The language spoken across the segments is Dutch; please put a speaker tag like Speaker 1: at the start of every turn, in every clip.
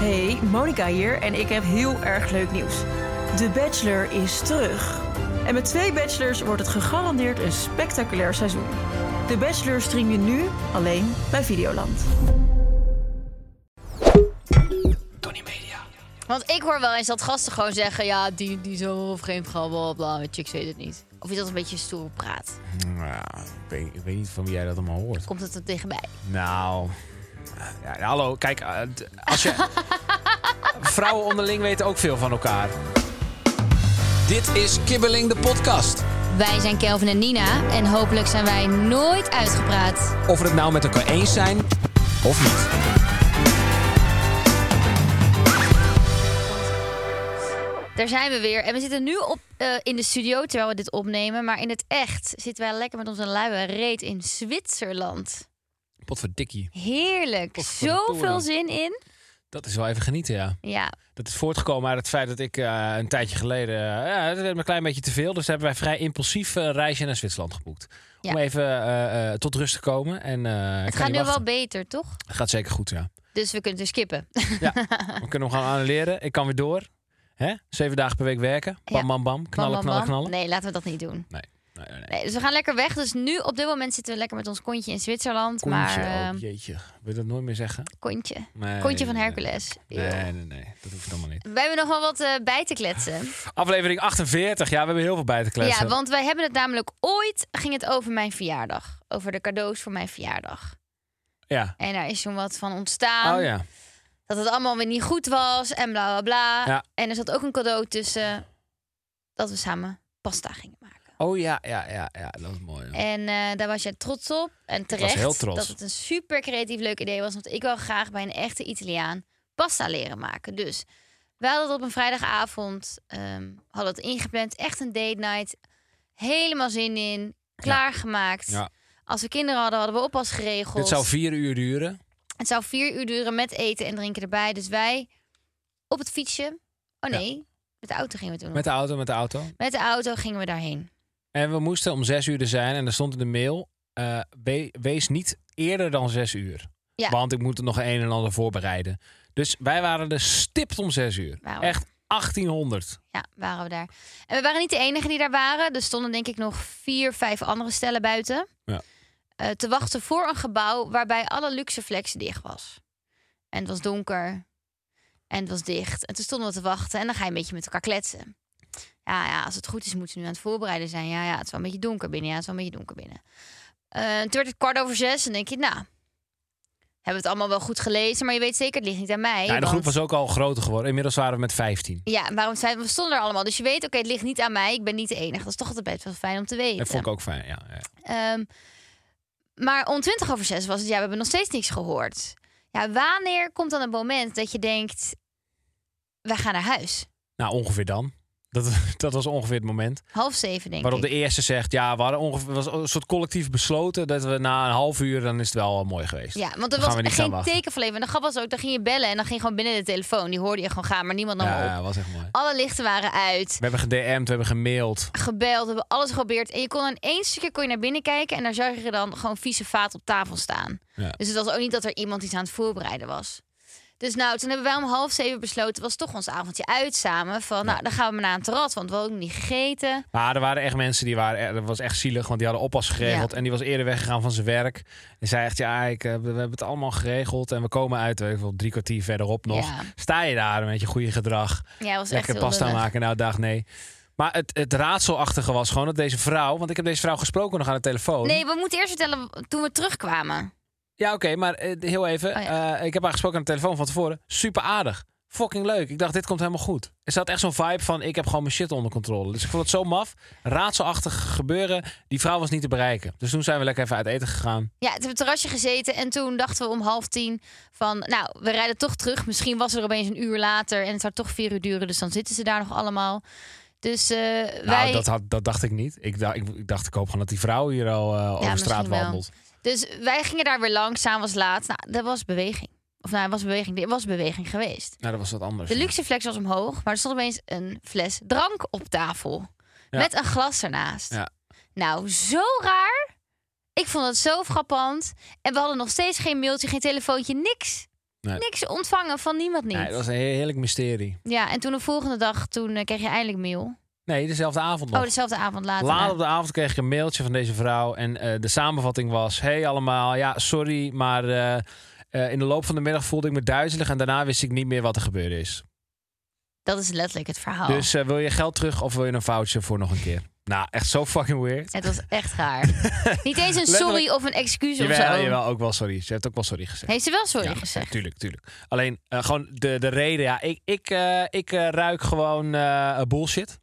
Speaker 1: Hey, Monica hier en ik heb heel erg leuk nieuws. De Bachelor is terug. En met twee Bachelors wordt het gegarandeerd een spectaculair seizoen. De Bachelor stream je nu alleen bij Videoland.
Speaker 2: Tony Media.
Speaker 3: Want ik hoor wel eens dat gasten gewoon zeggen... ja, die, die zo of geen vrouw, bla, bla, bla. Chicks weet het niet. Of is dat een beetje stoer praat?
Speaker 2: Nou, ik weet, ik weet niet van wie jij dat allemaal hoort.
Speaker 3: Komt het dan tegen mij?
Speaker 2: Nou, ja, hallo, kijk, eh, d- als je... Vrouwen onderling weten ook veel van elkaar. Dit is Kibbeling de podcast.
Speaker 3: Wij zijn Kelvin en Nina en hopelijk zijn wij nooit uitgepraat.
Speaker 2: Of we het nou met elkaar eens zijn of niet.
Speaker 3: Daar zijn we weer. En we zitten nu op, eh, in de studio terwijl we dit opnemen. Maar in het echt zitten wij lekker met onze luie reet in Zwitserland.
Speaker 2: Potverdikkie.
Speaker 3: Heerlijk.
Speaker 2: Potverdorie.
Speaker 3: Zoveel zin in.
Speaker 2: Dat is wel even genieten, ja.
Speaker 3: Ja,
Speaker 2: Dat is voortgekomen uit het feit dat ik eh, een tijdje geleden... eh, ja, het werd me een klein beetje te veel. Dus hebben wij vrij impulsief eh, een reisje naar Zwitserland geboekt.
Speaker 3: Ja.
Speaker 2: Om even eh, eh, tot rust te komen. En, eh, ik
Speaker 3: het
Speaker 2: kan
Speaker 3: gaat
Speaker 2: niet
Speaker 3: nu wel
Speaker 2: wachten.
Speaker 3: beter, toch?
Speaker 2: Het gaat zeker goed, ja.
Speaker 3: Dus we kunnen het weer skippen.
Speaker 2: We kunnen hem gaan annuleren. Ik kan weer door. Hè? Zeven dagen per week werken. Bam,
Speaker 3: Ja.
Speaker 2: bam, bam. Knallen,
Speaker 3: Bam, bam,
Speaker 2: knallen,
Speaker 3: bam.
Speaker 2: knallen.
Speaker 3: Nee, laten we dat niet doen.
Speaker 2: Nee, nee, nee.
Speaker 3: Nee, dus we gaan lekker weg. Dus nu op dit moment zitten we lekker met ons kontje in Zwitserland.
Speaker 2: Kontje,
Speaker 3: maar
Speaker 2: oh,
Speaker 3: eh,
Speaker 2: jeetje. Wil je dat nooit meer zeggen?
Speaker 3: kontje.
Speaker 2: Nee,
Speaker 3: Kontje van
Speaker 2: nee.
Speaker 3: Hercules.
Speaker 2: Nee,
Speaker 3: Eeuw.
Speaker 2: nee, nee, Dat hoeft allemaal niet.
Speaker 3: We hebben nog wel wat eh, bij te kletsen.
Speaker 2: Aflevering 48. Ja, we hebben heel veel bij te kletsen.
Speaker 3: Ja, want wij hebben het namelijk ooit ging het over mijn verjaardag. Over de cadeaus voor mijn verjaardag.
Speaker 2: Ja.
Speaker 3: En daar is toen wat van ontstaan.
Speaker 2: Oh ja.
Speaker 3: Dat het allemaal weer niet goed was en bla bla bla.
Speaker 2: Ja.
Speaker 3: En er zat ook een cadeau tussen dat we samen pasta gingen maken.
Speaker 2: Oh ja, ja, ja, ja. Dat was mooi. ja.
Speaker 3: En eh, daar was jij trots op. En terecht
Speaker 2: heel trots.
Speaker 3: dat het een super creatief leuk idee was. Want ik wil graag bij een echte Italiaan pasta leren maken. Dus we hadden het op een vrijdagavond. ehm, hadden het ingepland. Echt een date night. Helemaal zin in. Klaargemaakt.
Speaker 2: Ja.
Speaker 3: Als we kinderen hadden, hadden we oppas geregeld.
Speaker 2: Dit zou vier uur duren.
Speaker 3: Het zou vier uur duren met eten en drinken erbij. Dus wij op het fietsje. Oh
Speaker 2: Ja.
Speaker 3: nee, met de auto gingen we toen. nog.
Speaker 2: Met de auto, met de auto.
Speaker 3: met de auto gingen we daarheen.
Speaker 2: En we moesten om zes uur er zijn. En er stond in de mail... eh, we- wees niet eerder dan zes uur.
Speaker 3: Ja.
Speaker 2: Want ik moet er nog een en ander voorbereiden. Dus wij waren er stipt om zes uur.
Speaker 3: Wauw.
Speaker 2: Echt 1800.
Speaker 3: Ja, waren we daar. En we waren niet de enigen die daar waren. Er stonden denk ik nog vier, vijf andere stellen buiten.
Speaker 2: Ja.
Speaker 3: Eh, te wachten voor een gebouw waarbij alle luxe flex dicht was. En het was donker. En het was dicht. En toen stonden we te wachten. En dan ga je een beetje met elkaar kletsen. Ja, ja, als het goed is moeten we nu aan het voorbereiden zijn. Ja, ja, het is wel een beetje donker binnen. Ja, het is wel een beetje donker binnen. Eh, toen werd het kwart over zes. En denk je, nou... Hebben we het allemaal wel goed gelezen, maar je weet zeker, het ligt niet aan mij.
Speaker 2: ja, de groep
Speaker 3: want-
Speaker 2: was ook al groter geworden. Inmiddels waren we met 15.
Speaker 3: ja, en waarom zijn we stonden er allemaal? Dus je weet, oké, het ligt niet aan mij. Ik ben niet de enige. Dat is toch altijd best wel fijn om te weten.
Speaker 2: Dat vond ik ook fijn. Ja, ja.
Speaker 3: Ehm, maar om 20 over 6 was het, ja, we hebben nog steeds niks gehoord. Ja, wanneer komt dan het moment dat je denkt, we gaan naar huis?
Speaker 2: Nou, ongeveer dan. Dat, dat was ongeveer het moment.
Speaker 3: Half zeven, denk
Speaker 2: Waarop
Speaker 3: ik.
Speaker 2: de eerste zegt: Ja, we hadden ongeveer was een soort collectief besloten dat we na een half uur, dan is het wel eh, mooi geweest.
Speaker 3: Ja, want
Speaker 2: Dan
Speaker 3: er
Speaker 2: gaan we niet
Speaker 3: was
Speaker 2: aan
Speaker 3: geen
Speaker 2: wachten.
Speaker 3: teken van leven. En de grap was ook, dan ging je bellen en dan ging gewoon binnen de telefoon. Die hoorde je gewoon gaan, maar niemand nam
Speaker 2: Ja,
Speaker 3: op.
Speaker 2: ja, was echt mooi.
Speaker 3: Alle lichten waren uit.
Speaker 2: We hebben gedm'd, we hebben gemaild.
Speaker 3: gebeld, we hebben alles geprobeerd. En je kon in één stukje kon je naar binnen kijken en daar zag je dan gewoon vieze vaat op tafel staan.
Speaker 2: Ja.
Speaker 3: Dus het was ook niet dat er iemand iets aan het voorbereiden was. Dus nou, toen hebben wij om half zeven besloten, het was toch ons avondje uit samen. Van nou, dan gaan we maar naar een terras, want we hadden ook niet gegeten.
Speaker 2: Maar er waren echt mensen die waren, eh, dat was echt zielig, want die hadden oppas geregeld
Speaker 3: Ja.
Speaker 2: en die was eerder weggegaan van zijn werk. En zei echt: Ja, ik, eh, we we hebben het allemaal geregeld en we komen uit, weet ik veel, drie kwartier verderop nog.
Speaker 3: Ja.
Speaker 2: Sta je daar met je goede gedrag?
Speaker 3: Ja, was
Speaker 2: lekker
Speaker 3: echt heel
Speaker 2: pasta
Speaker 3: lullig.
Speaker 2: maken. Nou, dag nee. Maar het, het raadselachtige was gewoon dat deze vrouw... Want ik heb deze vrouw gesproken nog aan de telefoon.
Speaker 3: Nee, we moeten eerst vertellen toen we terugkwamen.
Speaker 2: Ja, oké, maar eh, heel even.
Speaker 3: Oh,
Speaker 2: eh, ik heb haar gesproken aan de telefoon van tevoren. Super aardig. Fucking leuk. Ik dacht, dit komt helemaal goed. Er zat echt zo'n vibe van, ik heb gewoon mijn shit onder controle. Dus ik vond het zo maf. Raadselachtig gebeuren. Die vrouw was niet te bereiken. Dus toen zijn we lekker even uit eten gegaan.
Speaker 3: Ja, toen hebben we op het terrasje gezeten en toen dachten we om half tien van, nou, we rijden toch terug. Misschien was er opeens een uur later en het zou toch vier uur duren, dus dan zitten ze daar nog allemaal. Dus eh, wij...
Speaker 2: Nou, dat, had, dat dacht ik niet. Ik dacht, ik, ik dacht, ik hoop gewoon dat die vrouw hier al eh, over straat
Speaker 3: misschien wel.
Speaker 2: wandelt.
Speaker 3: Dus wij gingen daar weer langs, samen was laat. Nou, er was beweging. Of nou, er was beweging, er was beweging geweest.
Speaker 2: Nou, dat was wat anders.
Speaker 3: De luxe flex was omhoog, maar er stond opeens een fles drank op tafel.
Speaker 2: Ja.
Speaker 3: Met een glas ernaast.
Speaker 2: Ja.
Speaker 3: Nou, zo raar. Ik vond het zo frappant. En we hadden nog steeds geen mailtje, geen telefoontje, niks.
Speaker 2: Nee.
Speaker 3: Niks ontvangen van niemand niet.
Speaker 2: Nee, dat was een he- heerlijk mysterie.
Speaker 3: Ja, en toen de volgende dag, toen eh, kreeg je eindelijk mail.
Speaker 2: Nee, dezelfde avond nog.
Speaker 3: Oh, dezelfde avond later.
Speaker 2: Laat
Speaker 3: nou.
Speaker 2: op de avond kreeg ik een mailtje van deze vrouw. En eh, de samenvatting was: Hey allemaal, ja, sorry, maar eh, eh, in de loop van de middag voelde ik me duizelig. En daarna wist ik niet meer wat er gebeurd is.
Speaker 3: Dat is letterlijk het verhaal.
Speaker 2: Dus eh, wil je geld terug of wil je een voucher voor nog een keer? Nou, echt zo fucking weird.
Speaker 3: Het was echt raar. niet eens een sorry of een excuus of zo.
Speaker 2: Jawel, jawel, ook wel sorry. Ze heeft ook wel sorry gezegd.
Speaker 3: Heeft ze wel sorry
Speaker 2: Ja,
Speaker 3: gezegd?
Speaker 2: Tuurlijk, tuurlijk. Alleen eh, gewoon de, de reden. Ja, ik, ik, eh, ik eh, ruik gewoon eh, bullshit.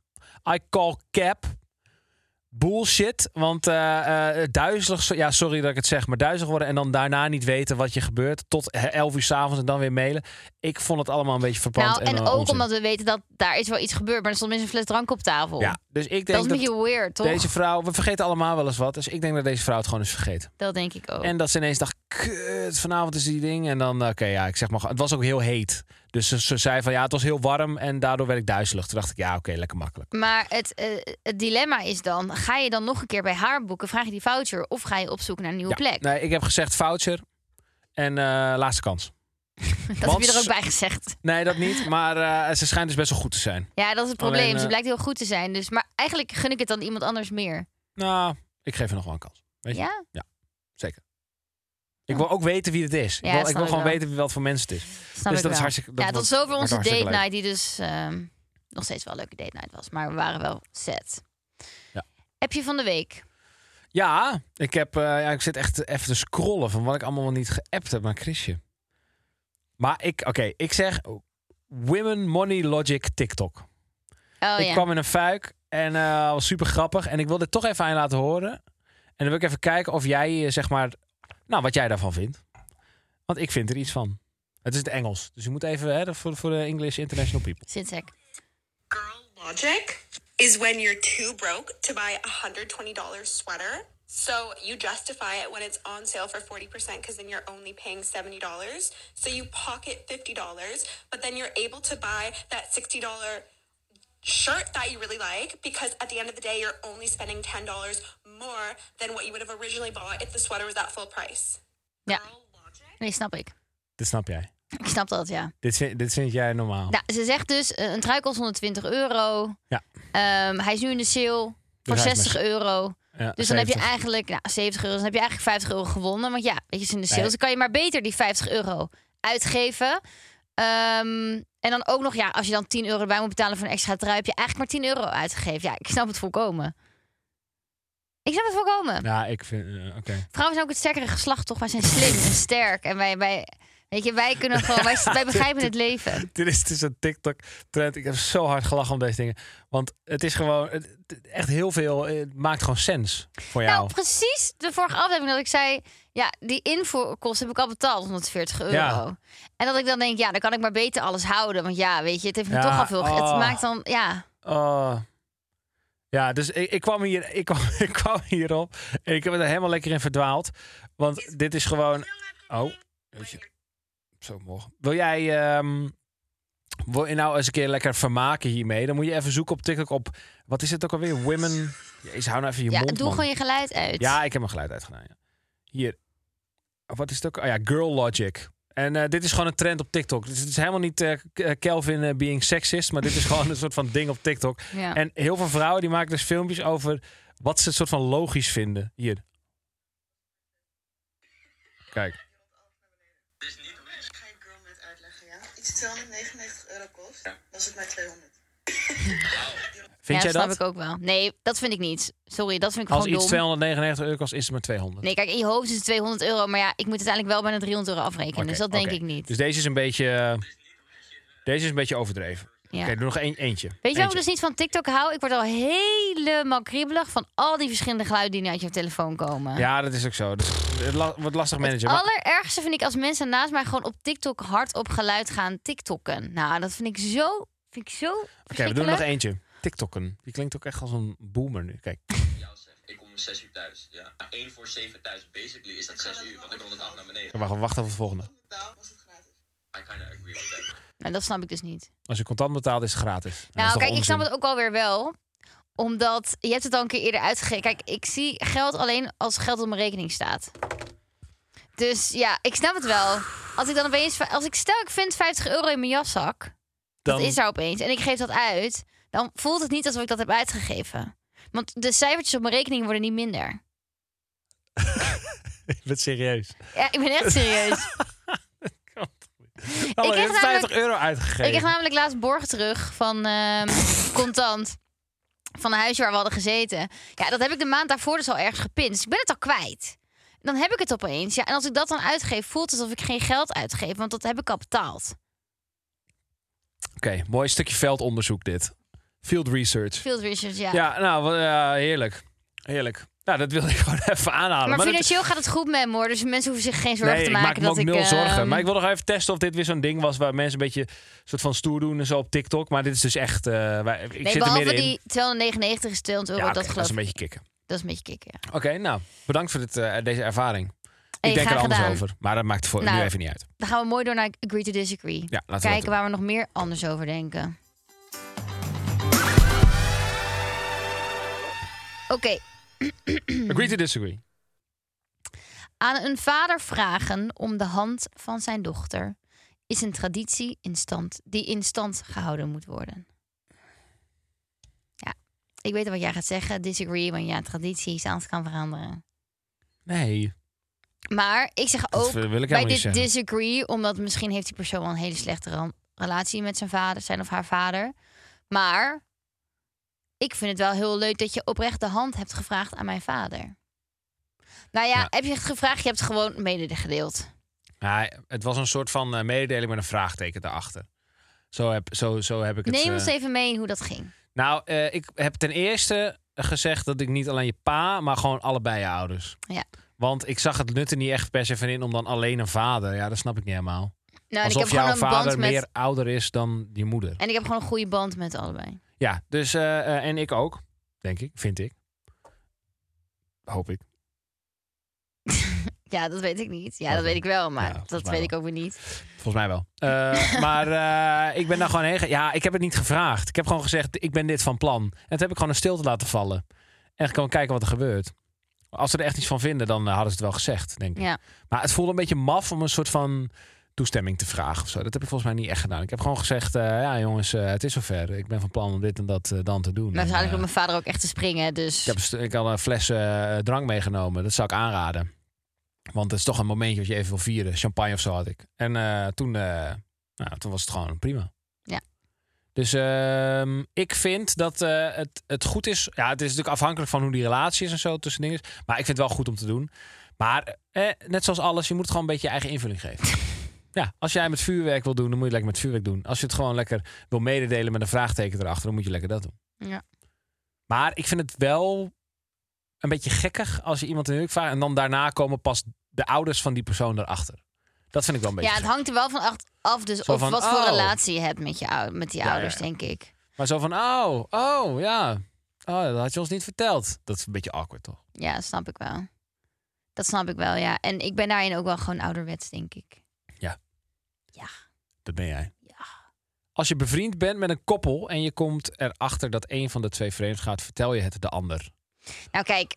Speaker 2: I call cap. Bullshit. Want eh, eh, duizelig, zo- ja, sorry dat ik het zeg, maar duizelig worden en dan daarna niet weten wat je gebeurt. Tot eh, 11 uur s'avonds en dan weer mailen. Ik vond het allemaal een beetje verpand.
Speaker 3: Nou, en
Speaker 2: eh,
Speaker 3: ook
Speaker 2: onzin.
Speaker 3: omdat we weten dat daar is wel iets gebeurd. Maar er stond minstens een fles drank op tafel.
Speaker 2: Ja, dus ik
Speaker 3: dat is
Speaker 2: denk
Speaker 3: een
Speaker 2: dat,
Speaker 3: beetje weird, toch?
Speaker 2: deze vrouw, we vergeten allemaal wel eens wat. Dus ik denk dat deze vrouw het gewoon is vergeten.
Speaker 3: Dat denk ik ook.
Speaker 2: En dat ze ineens dacht, kut, vanavond is die ding. En dan, eh, oké, ja, ik zeg maar, het was ook heel heet. Dus ze, ze zei van, ja, het was heel warm en daardoor werd ik duizelig. Toen dacht ik, ja, oké, lekker makkelijk.
Speaker 3: Maar het, eh, het dilemma is dan, ga je dan nog een keer bij haar boeken? Vraag je die voucher of ga je op zoek naar een nieuwe
Speaker 2: Ja.
Speaker 3: plek?
Speaker 2: Nee, ik heb gezegd voucher en eh, laatste kans.
Speaker 3: dat
Speaker 2: want-
Speaker 3: heb je er ook bij gezegd.
Speaker 2: Nee, dat niet, maar eh, ze schijnt dus best wel goed te zijn.
Speaker 3: Ja, dat is het probleem.
Speaker 2: Alleen, eh,
Speaker 3: Ze blijkt heel goed te zijn. Dus, maar eigenlijk gun ik het dan iemand anders meer.
Speaker 2: Nou, ik geef er nog wel een kans. Weet je?
Speaker 3: Ja?
Speaker 2: Ik wil ook weten wie het is.
Speaker 3: Ja,
Speaker 2: ik wil,
Speaker 3: snap
Speaker 2: ik wil
Speaker 3: ik
Speaker 2: gewoon
Speaker 3: wel.
Speaker 2: weten wie wat voor mensen het is.
Speaker 3: Snap
Speaker 2: dus
Speaker 3: ik
Speaker 2: dat
Speaker 3: wel.
Speaker 2: is hartstikke...
Speaker 3: ja, dat
Speaker 2: wordt-
Speaker 3: is over
Speaker 2: wordt
Speaker 3: onze date
Speaker 2: hartstikke leuk.
Speaker 3: night, die dus ehm, nog steeds wel een leuke date night was. Maar we waren wel set.
Speaker 2: Ja.
Speaker 3: Heb je van de week?
Speaker 2: Ja, ik, heb, eh, ja, ik zit echt even te scrollen van wat ik allemaal wel niet geappt heb naar Chrisje. Maar ik, oké, ik zeg Women Money Logic TikTok.
Speaker 3: Oh
Speaker 2: ik
Speaker 3: ja.
Speaker 2: kwam in een fuik en eh, was super grappig. En ik wil dit toch even aan je laten horen. En dan wil ik even kijken of jij, eh, zeg maar, nou, wat jij daarvan vindt. Want ik vind er iets van. Het is het Engels, dus je moet even, hè, voor, voor de English International People.
Speaker 3: Sindsek.
Speaker 4: Girl logic is when you're too broke to buy a $120 sweater. So you justify it when it's on sale for 40% because then you're only paying $70. So you pocket $50, but then you're able to buy that $60 shirt that you really like because at the end of the day, you're only spending $10 more than what you would have originally bought if the sweater was at full price.
Speaker 3: Ja.
Speaker 4: Girl logic.
Speaker 3: Nee, snap ik.
Speaker 2: Dit snap jij.
Speaker 3: Ik snap dat, ja.
Speaker 2: Dit, vind- dit vind jij normaal.
Speaker 3: Nou, ze zegt dus, eh, een trui kost 120 euro.
Speaker 2: Ja.
Speaker 3: Ehm, hij is nu in de sale voor
Speaker 2: Dus hij is
Speaker 3: 60
Speaker 2: maar-
Speaker 3: euro.
Speaker 2: Ja,
Speaker 3: Dus dan heb je
Speaker 2: 70.
Speaker 3: eigenlijk nou, 70 euro, dan heb je eigenlijk 50 euro gewonnen. Want ja, weet je, ze in de sales
Speaker 2: Nee.
Speaker 3: dan kan je maar beter die 50 euro uitgeven. Ehm, en dan ook nog, ja, als je dan 10 euro erbij moet betalen voor een extra trui, heb je eigenlijk maar 10 euro uitgegeven. Ja, ik snap het volkomen. Ik snap het volkomen.
Speaker 2: Ja, ik vind, eh, oké.
Speaker 3: Vrouwen zijn ook het sterkere geslacht, toch? Wij zijn slim en sterk. En wij, wij, weet je, wij kunnen gewoon, wij, wij begrijpen het leven.
Speaker 2: Dit is dus een TikTok-trend. Ik heb zo hard gelachen om deze dingen. Want het is gewoon het- het- echt heel veel. eh, Het maakt gewoon sens voor jou.
Speaker 3: Nou, precies de vorige aflevering dat ik zei... ja, die invoerkosten heb ik al betaald, 140 euro.
Speaker 2: Ja.
Speaker 3: En dat ik dan denk, ja, dan kan ik maar beter alles houden. Want ja, weet je, het heeft me
Speaker 2: Ja,
Speaker 3: toch al veel... ge-
Speaker 2: oh.
Speaker 3: Het maakt dan, ja...
Speaker 2: Oh. Ja, dus ik, ik, kwam hier, ik, kwam, ik kwam hierop. En ik heb er helemaal lekker in verdwaald. Want dit is gewoon. Oh. weet je. Zo mooi. Wil jij. ehm, wil je nou eens een keer lekker vermaken hiermee? Dan moet je even zoeken op TikTok op. Wat is het ook alweer? Women. Jezus, hou nou even je
Speaker 3: ja
Speaker 2: mond.
Speaker 3: doe
Speaker 2: man.
Speaker 3: gewoon je geluid uit.
Speaker 2: Ja, ik heb mijn geluid uitgedaan. Ja. Hier. Oh, Wat is het ook? Oh ja, Girl Logic. En eh, dit is gewoon een trend op TikTok. Dus het is helemaal niet eh, K- eh, Kelvin eh, being sexist, maar dit is gewoon een soort van ding op TikTok.
Speaker 3: Ja.
Speaker 2: En heel veel vrouwen die maken dus filmpjes over wat ze een soort van logisch vinden. Hier. Kijk.
Speaker 5: Ga ik girl net uitleggen, ja? Iets 299 euro kost, dan is het maar 200.
Speaker 2: Vind
Speaker 3: ja,
Speaker 2: jij dat?
Speaker 3: snap ik ook wel. Nee, dat vind ik niet. Sorry, dat vind ik
Speaker 2: Als
Speaker 3: gewoon
Speaker 2: iets
Speaker 3: dom.
Speaker 2: 299 euro kost, is het maar 200.
Speaker 3: Nee, kijk, in je hoofd is het 200 euro. Maar ja, ik moet uiteindelijk wel bijna 300 euro afrekenen.
Speaker 2: Oké,
Speaker 3: dus dat denk
Speaker 2: oké.
Speaker 3: ik niet.
Speaker 2: Dus deze is een beetje, eh, deze is een beetje overdreven.
Speaker 3: Ja.
Speaker 2: Oké, doe nog één, eentje.
Speaker 3: Weet je
Speaker 2: Eentje.
Speaker 3: waarom ik dus niet van TikTok hou? Ik word al helemaal kriebelig van al die verschillende geluiden die nu uit je telefoon komen.
Speaker 2: Ja, dat is ook zo. Dat is- la- Wat lastig
Speaker 3: Het
Speaker 2: managen. maar-
Speaker 3: allerergste vind ik als mensen naast mij gewoon op TikTok hard op geluid gaan TikTokken. Nou, dat vind ik zo, vind ik zo
Speaker 2: Oké, we doen er
Speaker 3: verschrikkelijk.
Speaker 2: nog eentje. TikTokken. Die klinkt ook echt als een boomer nu. Kijk.
Speaker 6: jou zeg, ik kom om 6 uur thuis. Ja. 1 voor 7 thuis, basically is dat 6 uur, want ik rond het af naar beneden.
Speaker 2: Wacht, we wachten op het volgende.
Speaker 5: Betaal, was het gratis.
Speaker 6: I kinda agree with that.
Speaker 3: Nou, dat snap ik dus niet.
Speaker 2: Als je contant betaalt, is het gratis. Dat is
Speaker 3: Nou,
Speaker 2: toch
Speaker 3: kijk, ik snap
Speaker 2: onzin?
Speaker 3: het ook alweer wel. Omdat, je hebt het al een keer eerder uitgegeven. Kijk, ik zie geld alleen als geld op mijn rekening staat. Dus ja, ik snap het wel. Als ik dan opeens, als ik stel ik vind 50 euro in mijn jaszak,
Speaker 2: Dan,
Speaker 3: dat is er opeens, en ik geef dat uit, dan voelt het niet alsof ik dat heb uitgegeven. Want de cijfertjes op mijn rekening worden niet minder.
Speaker 2: Ik ben serieus.
Speaker 3: Ja, ik ben echt serieus.
Speaker 2: Nou, je hebt
Speaker 3: kreeg
Speaker 2: 50
Speaker 3: namelijk-
Speaker 2: euro uitgegeven.
Speaker 3: Ik kreeg namelijk laatst borg terug van ehm, contant. Van een huisje waar we hadden gezeten. Ja, dat heb ik de maand daarvoor dus al ergens gepint. Dus ik ben het al kwijt. Dan heb ik het opeens. Ja, en als ik dat dan uitgeef, voelt het alsof ik geen geld uitgeef. Want dat heb ik al betaald.
Speaker 2: Oké, mooi stukje veldonderzoek dit. Field research.
Speaker 3: Field research, ja.
Speaker 2: Ja, nou, wat- ja, heerlijk. Heerlijk. Nou, dat wilde ik gewoon even aanhalen.
Speaker 3: maar,
Speaker 2: dat-
Speaker 3: financieel gaat het goed met me hoor. Dus mensen hoeven zich geen zorgen
Speaker 2: nee,
Speaker 3: te
Speaker 2: ik
Speaker 3: maken.
Speaker 2: maak me
Speaker 3: dat
Speaker 2: ook
Speaker 3: ik,
Speaker 2: nul zorgen.
Speaker 3: ehm,
Speaker 2: Maar ik wil nog even testen of dit weer zo'n ding was... waar mensen een beetje soort van stoer doen en zo op TikTok. Maar dit is dus echt... eh, wij- ik
Speaker 3: nee,
Speaker 2: zit er
Speaker 3: behalve
Speaker 2: middenin.
Speaker 3: die 299 is 200 euro.
Speaker 2: ja,
Speaker 3: dat
Speaker 2: oké, dat
Speaker 3: geloof
Speaker 2: is een
Speaker 3: ik.
Speaker 2: beetje kicken.
Speaker 3: Dat is een beetje kicken, ja.
Speaker 2: Oké, nou, bedankt voor dit, eh, deze ervaring.
Speaker 3: Hey,
Speaker 2: ik denk er
Speaker 3: graag
Speaker 2: anders
Speaker 3: gedaan.
Speaker 2: over. Maar dat maakt voor nu
Speaker 3: Nou,
Speaker 2: even niet uit.
Speaker 3: Dan gaan we mooi door naar agree to disagree.
Speaker 2: Ja, laten we dat
Speaker 3: Kijken
Speaker 2: doen.
Speaker 3: waar we nog meer anders over denken. Oké,
Speaker 2: Agree to disagree.
Speaker 3: aan een vader vragen om de hand van zijn dochter is een traditie in stand, die in stand gehouden moet worden. Ja, ik weet wat jij gaat zeggen. Disagree, want ja, traditie is anders kan veranderen.
Speaker 2: Nee,
Speaker 3: Maar ik zeg
Speaker 2: dat
Speaker 3: ook
Speaker 2: wil ik helemaal
Speaker 3: bij
Speaker 2: niet
Speaker 3: dit
Speaker 2: zeggen.
Speaker 3: disagree, omdat misschien heeft die persoon wel een hele slechte ran- relatie met zijn vader, zijn of haar vader. Maar ik vind het wel heel leuk dat je oprecht de hand hebt gevraagd aan mijn vader. Nou ja,
Speaker 2: Ja.
Speaker 3: heb je het gevraagd? Je hebt het gewoon mede gedeeld.
Speaker 2: Ja, het was een soort van eh, mededeling met een vraagteken daarachter. Zo heb, zo, zo heb ik het...
Speaker 3: Neem
Speaker 2: eh,
Speaker 3: ons even mee in hoe dat ging.
Speaker 2: Nou, eh, ik heb ten eerste gezegd dat ik niet alleen je pa, maar gewoon allebei je ouders.
Speaker 3: Ja.
Speaker 2: Want ik zag het nut er niet echt per se van in om dan alleen een vader. Ja, dat snap ik niet helemaal.
Speaker 3: Nou, en ik
Speaker 2: Alsof
Speaker 3: heb gewoon
Speaker 2: jouw
Speaker 3: een band
Speaker 2: vader
Speaker 3: met.
Speaker 2: meer ouder is dan je moeder.
Speaker 3: En ik heb gewoon een goede band met allebei.
Speaker 2: Ja, dus eh, eh, en ik ook, denk ik, vind ik. Hoop ik.
Speaker 3: Ja, dat weet ik niet. Ja,
Speaker 2: Oké.
Speaker 3: dat weet ik wel, maar
Speaker 2: Oh, Ja, volgens
Speaker 3: dat
Speaker 2: mij
Speaker 3: weet
Speaker 2: wel.
Speaker 3: ik ook weer niet.
Speaker 2: Volgens mij wel. Eh, maar eh, ik ben daar gewoon heen. ge- Ja, ik heb het niet gevraagd. Ik heb gewoon gezegd, ik ben dit van plan. En toen heb ik gewoon een stilte laten vallen. En gewoon kijken wat er gebeurt. Als ze er echt iets van vinden, dan eh, hadden ze het wel gezegd, denk ik.
Speaker 3: Ja.
Speaker 2: Maar het voelde een beetje maf om een soort van toestemming te vragen of zo. Dat heb ik volgens mij niet echt gedaan. Ik heb gewoon gezegd, eh, ja jongens, eh, het is zover. Ik ben van plan om dit en dat eh, dan te doen.
Speaker 3: Maar
Speaker 2: En,
Speaker 3: waarschijnlijk
Speaker 2: eh,
Speaker 3: door mijn vader ook echt te springen. Dus
Speaker 2: ik, heb, een st- ik had een fles eh, drank meegenomen. Dat zou ik aanraden. Want het is toch een momentje wat je even wil vieren. Champagne of zo had ik. En eh, toen, eh, nou, toen was het gewoon prima.
Speaker 3: Ja.
Speaker 2: Dus ehm, ik vind dat eh, het, het goed is. Ja, het is natuurlijk afhankelijk van hoe die relatie is en zo tussen dingen. is. Maar ik vind het wel goed om te doen. Maar eh, net zoals alles, je moet het gewoon een beetje je eigen invulling geven. Ja, als jij met vuurwerk wil doen, dan moet je lekker met vuurwerk doen. Als je het gewoon lekker wil mededelen met een vraagteken erachter, dan moet je lekker dat doen.
Speaker 3: Ja.
Speaker 2: Maar ik vind het wel een beetje gekkig als je iemand een huwelijk vraagt en dan daarna komen pas de ouders van die persoon erachter. Dat vind ik wel een beetje.
Speaker 3: ja, het
Speaker 2: gek.
Speaker 3: hangt er wel van acht- af, dus
Speaker 2: Zo
Speaker 3: of
Speaker 2: van,
Speaker 3: wat voor
Speaker 2: oh.
Speaker 3: relatie je hebt met, je ou- met die
Speaker 2: Ja,
Speaker 3: ouders,
Speaker 2: ja.
Speaker 3: denk ik.
Speaker 2: Maar zo van, oh, oh, ja. Oh, dat had je ons niet verteld. Dat is een beetje awkward, toch?
Speaker 3: Ja, dat snap ik wel. Dat snap ik wel, ja. En ik ben daarin ook wel gewoon ouderwets, denk ik.
Speaker 2: Dat ben jij.
Speaker 3: Ja.
Speaker 2: Als je bevriend bent met een koppel en je komt erachter dat een van de twee vreemd gaat, vertel je het de ander.
Speaker 3: Nou, kijk.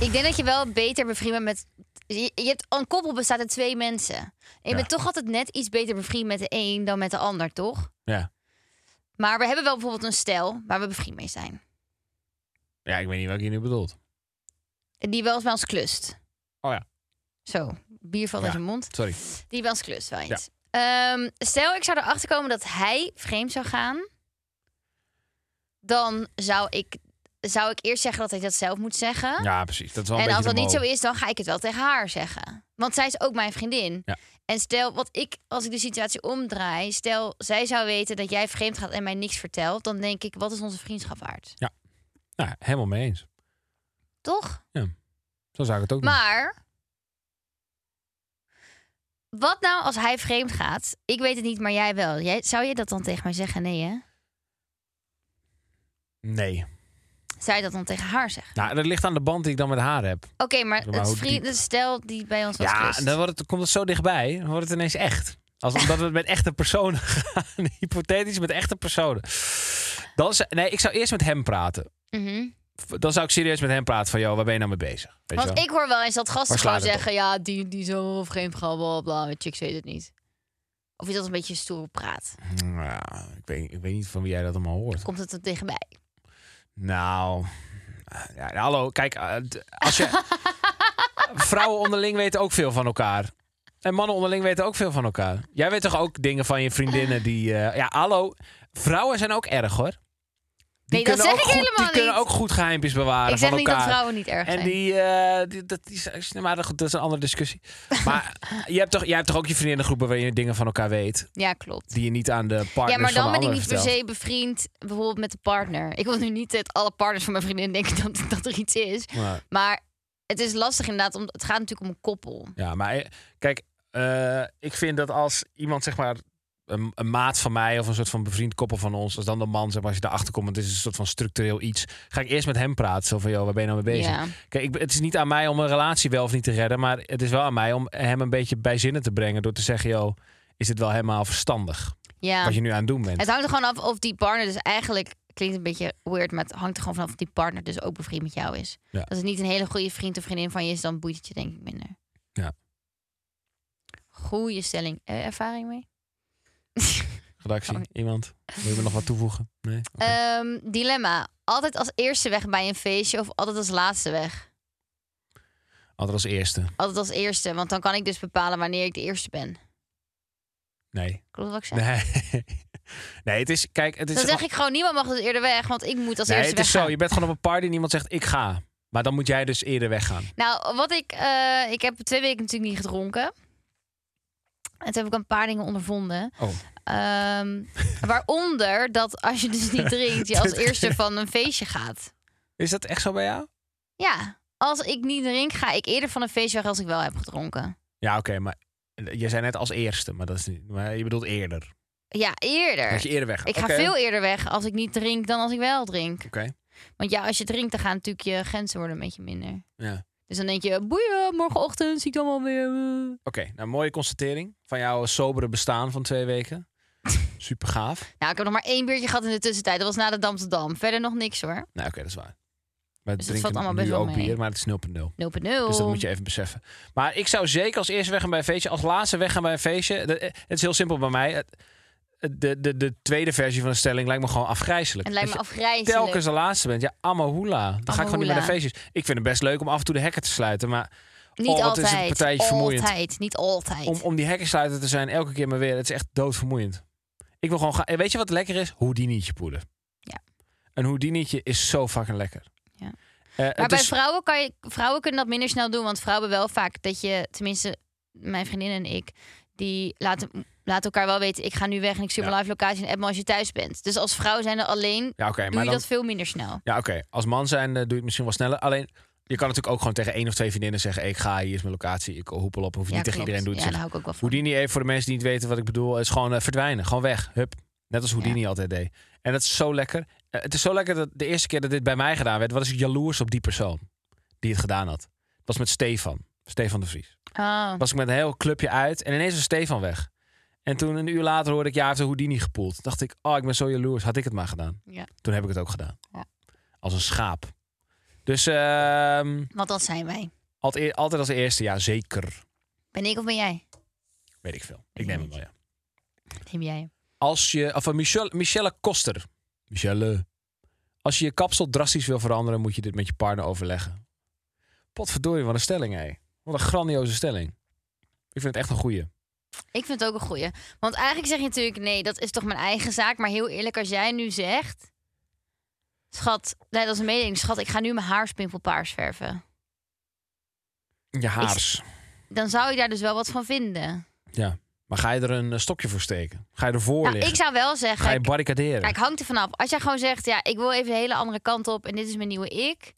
Speaker 3: Ik denk dat je wel beter bevriend bent met... Je, je hebt, een koppel bestaat uit twee mensen. En je
Speaker 2: Ja.
Speaker 3: bent toch altijd net iets beter bevriend met de een dan met de ander, toch?
Speaker 2: Ja.
Speaker 3: Maar we hebben wel bijvoorbeeld een stijl waar we bevriend mee zijn.
Speaker 2: Ja, ik weet niet wat je nu bedoelt.
Speaker 3: En Die wel eens bij ons klust.
Speaker 2: Oh ja.
Speaker 3: Zo, bier valt
Speaker 2: Ja.
Speaker 3: uit je mond.
Speaker 2: Sorry.
Speaker 3: Die wel eens klust, wel eens. Ehm, stel, ik zou erachter komen dat hij vreemd zou gaan. Dan zou ik, zou ik eerst zeggen dat hij dat zelf moet zeggen.
Speaker 2: Ja, precies. Dat is wel een
Speaker 3: en
Speaker 2: beetje
Speaker 3: als dat
Speaker 2: de
Speaker 3: niet zo
Speaker 2: mo.
Speaker 3: is, dan ga ik het wel tegen haar zeggen. Want zij is ook mijn vriendin.
Speaker 2: Ja.
Speaker 3: En stel, wat ik, als ik de situatie omdraai, stel, zij zou weten dat jij vreemd gaat en mij niks vertelt. Dan denk ik, wat is onze vriendschap waard?
Speaker 2: Nou, helemaal mee eens.
Speaker 3: Toch?
Speaker 2: Zo zou ik het ook doen.
Speaker 3: Maar wat nou als hij vreemd gaat? Ik weet het niet, maar jij wel. Jij, zou je dat dan tegen mij zeggen? Nee, hè?
Speaker 2: Nee.
Speaker 3: Zou je dat dan tegen haar zeggen?
Speaker 2: Nou, dat ligt aan de band die ik dan met haar heb.
Speaker 3: Oké, maar,
Speaker 2: Maar hoe
Speaker 3: het vriend,
Speaker 2: diep?
Speaker 3: het stel die bij ons was
Speaker 2: ja,
Speaker 3: klust.
Speaker 2: dan wordt het, komt het zo dichtbij, dan wordt het ineens echt. Als omdat we het met echte personen gaan. Hypothetisch met echte personen. Dan is, nee, ik zou eerst met hem praten.
Speaker 3: Mhm.
Speaker 2: dan zou ik serieus met hem praten van... joh, waar ben je nou mee bezig? Weet je
Speaker 3: Want
Speaker 2: wel?
Speaker 3: ik hoor wel eens dat gasten
Speaker 2: Waar
Speaker 3: gewoon
Speaker 2: slaat het
Speaker 3: zeggen... ja, die, die zo of geen bla bla bla, met chicks weet het niet. Of is dat een beetje stoer praat?
Speaker 2: Nou, ik, weet, ik weet niet van wie jij dat allemaal hoort.
Speaker 3: Komt het er tegen mij?
Speaker 2: Nou, ja, hallo, kijk, eh, d- als je... Vrouwen onderling weten ook veel van elkaar. En mannen onderling weten ook veel van elkaar. Jij weet toch ook dingen van je vriendinnen die... eh, ja, hallo, vrouwen zijn ook erg hoor. Die
Speaker 3: Nee, dat
Speaker 2: kunnen
Speaker 3: zeg
Speaker 2: ook
Speaker 3: ik
Speaker 2: goed, Die
Speaker 3: helemaal
Speaker 2: kunnen
Speaker 3: niet.
Speaker 2: ook goed geheimpjes bewaren
Speaker 3: ik zeg
Speaker 2: van
Speaker 3: niet
Speaker 2: elkaar.
Speaker 3: dat vrouwen niet erg zijn.
Speaker 2: En die, eh, die- dat, die, is- nou, maar goed, dat is een andere discussie. Maar eh, je hebt toch, jij hebt toch ook je vriendinnengroepen waarin je dingen van elkaar weet.
Speaker 3: Ja, klopt.
Speaker 2: Die je niet aan de partners
Speaker 3: Ja, maar
Speaker 2: van
Speaker 3: dan
Speaker 2: de
Speaker 3: ben ik
Speaker 2: ander
Speaker 3: niet per
Speaker 2: vertelt.
Speaker 3: se bevriend, bijvoorbeeld met de partner. Ik wil nu niet dat alle partners van mijn vriendin denken dat, dat er iets is.
Speaker 2: Maar-
Speaker 3: Maar het is lastig inderdaad, omdat het gaat natuurlijk om een koppel.
Speaker 2: Ja, maar eh, kijk, eh, ik vind dat als iemand zeg maar een, een maat van mij of een soort van bevriend koppel van ons, als dan de man zeg maar als je daarachter komt, want het is een soort van structureel iets, ga ik eerst met hem praten zo van joh, waar ben je nou mee bezig?
Speaker 3: Ja.
Speaker 2: Kijk, ik, ben- het is niet aan mij om een relatie wel of niet te redden, maar het is wel aan mij om hem een beetje bij zinnen te brengen door te zeggen joh, is het wel helemaal verstandig
Speaker 3: ja.
Speaker 2: wat je nu aan het doen bent?
Speaker 3: Het hangt er gewoon af of die partner dus eigenlijk... Klinkt een beetje weird, maar het hangt er gewoon vanaf of die partner dus ook bevriend met jou is.
Speaker 2: Ja.
Speaker 3: Als het niet een hele goede vriend of vriendin van je is, dan boeit het je denk ik minder.
Speaker 2: Ja.
Speaker 3: Goeie stelling. Eh, ervaring mee?
Speaker 2: Redactie,
Speaker 3: Oh.
Speaker 2: iemand, wil je me nog wat toevoegen? Nee? Oké.
Speaker 3: Ehm, dilemma. Altijd als eerste weg bij een feestje of altijd als laatste weg?
Speaker 2: Altijd als eerste.
Speaker 3: Altijd als eerste, want dan kan ik dus bepalen wanneer ik de eerste ben.
Speaker 2: Nee.
Speaker 3: Klopt wat ik zeg?
Speaker 2: Nee. Nee, het is, kijk, het is...
Speaker 3: dan zeg ik gewoon, niemand mag dus eerder weg, want ik moet als
Speaker 2: nee,
Speaker 3: eerste
Speaker 2: het is
Speaker 3: weg
Speaker 2: zo. Je bent gewoon op een party en iemand zegt ik ga. Maar dan moet jij dus eerder weggaan.
Speaker 3: Nou, wat ik... eh, ik heb twee weken natuurlijk niet gedronken. En toen heb ik een paar dingen ondervonden.
Speaker 2: Oh.
Speaker 3: Ehm, waaronder dat als je dus niet drinkt, je als eerste van een feestje gaat.
Speaker 2: Is dat echt zo bij jou?
Speaker 3: Ja, als ik niet drink, ga ik eerder van een feestje weg als ik wel heb gedronken.
Speaker 2: Ja, oké, maar je zei net als eerste, maar dat is niet. Maar je bedoelt eerder.
Speaker 3: Ja,
Speaker 2: Dat
Speaker 3: eerder.
Speaker 2: je eerder weggaat.
Speaker 3: Eh, Ik ga
Speaker 2: Oké.
Speaker 3: veel eerder weg als ik niet drink dan als ik wel drink.
Speaker 2: Oké.
Speaker 3: Want ja, als je drinkt, dan gaan natuurlijk je grenzen worden een beetje minder.
Speaker 2: Ja.
Speaker 3: Dus dan denk je, boeien, morgenochtend zie ik dan wel weer. eh."
Speaker 2: Oké, nou mooie constatering van jouw sobere bestaan van twee weken. Super gaaf.
Speaker 3: Nou, ik heb nog maar één biertje gehad in de tussentijd. Dat was na de Dam tot Dam. Verder nog niks hoor. 0.0.
Speaker 2: Nou, oké, dat is waar. We
Speaker 3: Dus dat
Speaker 2: drinken
Speaker 3: valt allemaal best
Speaker 2: nu
Speaker 3: wel
Speaker 2: ook
Speaker 3: mee.
Speaker 2: bier, maar het is 0.0. Dus dat moet je even beseffen. Maar ik zou zeker als eerste weggaan bij een feestje. Als laatste weggaan bij een feestje. Dat- eh, Het is heel simpel bij mij. Het- De, de, de tweede versie van de stelling lijkt me gewoon afgrijzelijk. Dus
Speaker 3: Het lijkt me
Speaker 2: Dat je-
Speaker 3: afgrijzelijk.
Speaker 2: telkens de laatste bent. Ja, Amahoula. Dan ga ik gewoon niet meer naar
Speaker 3: Amahoula.
Speaker 2: feestjes. Ik vind het best leuk om af en toe de hekken te sluiten. Maar
Speaker 3: Niet
Speaker 2: oh, wat
Speaker 3: altijd.
Speaker 2: is het partijtje vermoeiend.
Speaker 3: Altijd, niet altijd.
Speaker 2: om, om die hekkensluiter te zijn elke keer maar weer, het is echt doodvermoeiend. Ik wil gewoon gaan. en Weet je wat lekker is? Houdinietje poeder.
Speaker 3: Ja.
Speaker 2: Een houdinietje is zo fucking lekker.
Speaker 3: Ja.
Speaker 2: Eh,
Speaker 3: maar
Speaker 2: het
Speaker 3: bij
Speaker 2: is-
Speaker 3: vrouwen, kan je, vrouwen kunnen dat minder snel doen. Want vrouwen wel vaak dat je, tenminste mijn vriendin en ik, die laten, laten elkaar wel weten. Ik ga nu weg en ik stuur
Speaker 2: Ja.
Speaker 3: mijn live locatie en app me als je thuis bent. Dus als vrouw zijn er alleen,
Speaker 2: ja, oké,
Speaker 3: doe
Speaker 2: maar
Speaker 3: je
Speaker 2: dan,
Speaker 3: dat veel minder snel.
Speaker 2: ja, oké. als man zijn eh, doe je het misschien wel sneller. Alleen, je kan natuurlijk ook gewoon tegen één of twee vriendinnen zeggen... "Hey, ik ga, hier is mijn locatie, ik hoepel op. Hoef je
Speaker 3: ja,
Speaker 2: niet tegen
Speaker 3: klopt.
Speaker 2: iedereen doen.
Speaker 3: Ja, daar hou ik ook wel van.
Speaker 2: Houdini even voor de mensen die niet weten wat ik bedoel, is gewoon eh, verdwijnen. Gewoon weg. Hup. Net als Houdini altijd deed. En dat is zo lekker. Eh, het is zo lekker dat de eerste keer dat dit bij mij gedaan werd, was ik jaloers op die persoon die het gedaan had. Het was met Stefan. Stefan de Vries.
Speaker 3: Oh.
Speaker 2: Was ik met een heel clubje uit en ineens was Stefan weg. En toen een uur later hoorde ik, ja, hij heeft de Houdini gepoeld. Dacht ik, oh, ik ben zo jaloers. Had ik het maar gedaan.
Speaker 3: Ja.
Speaker 2: Toen heb ik het ook gedaan.
Speaker 3: Ja.
Speaker 2: Als een schaap. Dus ehm,
Speaker 3: Want dat zijn wij.
Speaker 2: altijd, altijd als eerste, ja, zeker.
Speaker 3: Ben ik of ben jij?
Speaker 2: Weet ik veel. Ik neem hem wel, ja.
Speaker 3: Neem jij.
Speaker 2: Als je, of eh, Michelle, Michelle Koster. Michelle. Als je je kapsel drastisch wil veranderen, moet je dit met je partner overleggen. Potverdorie, wat een stelling, hé. Wat een grandioze stelling. Ik vind het echt een goeie.
Speaker 3: Ik vind het ook een goeie. Want eigenlijk zeg je natuurlijk, nee, dat is toch mijn eigen zaak. Maar heel eerlijk, als jij nu zegt... Schat, nee, dat is een mededeling. Schat, ik ga nu mijn haarspimpel paars verven.
Speaker 2: Je haars.
Speaker 3: Dan zou je daar dus wel wat van vinden.
Speaker 2: Ja. Maar ga je er een eh, stokje voor steken? Ga je ervoor
Speaker 3: Nou,
Speaker 2: liggen?
Speaker 3: ik zou wel zeggen...
Speaker 2: Ga je barricaderen?
Speaker 3: Kijk, hangt er vanaf. Als jij gewoon zegt, ja, ik wil even de hele andere kant op... en dit is mijn nieuwe ik...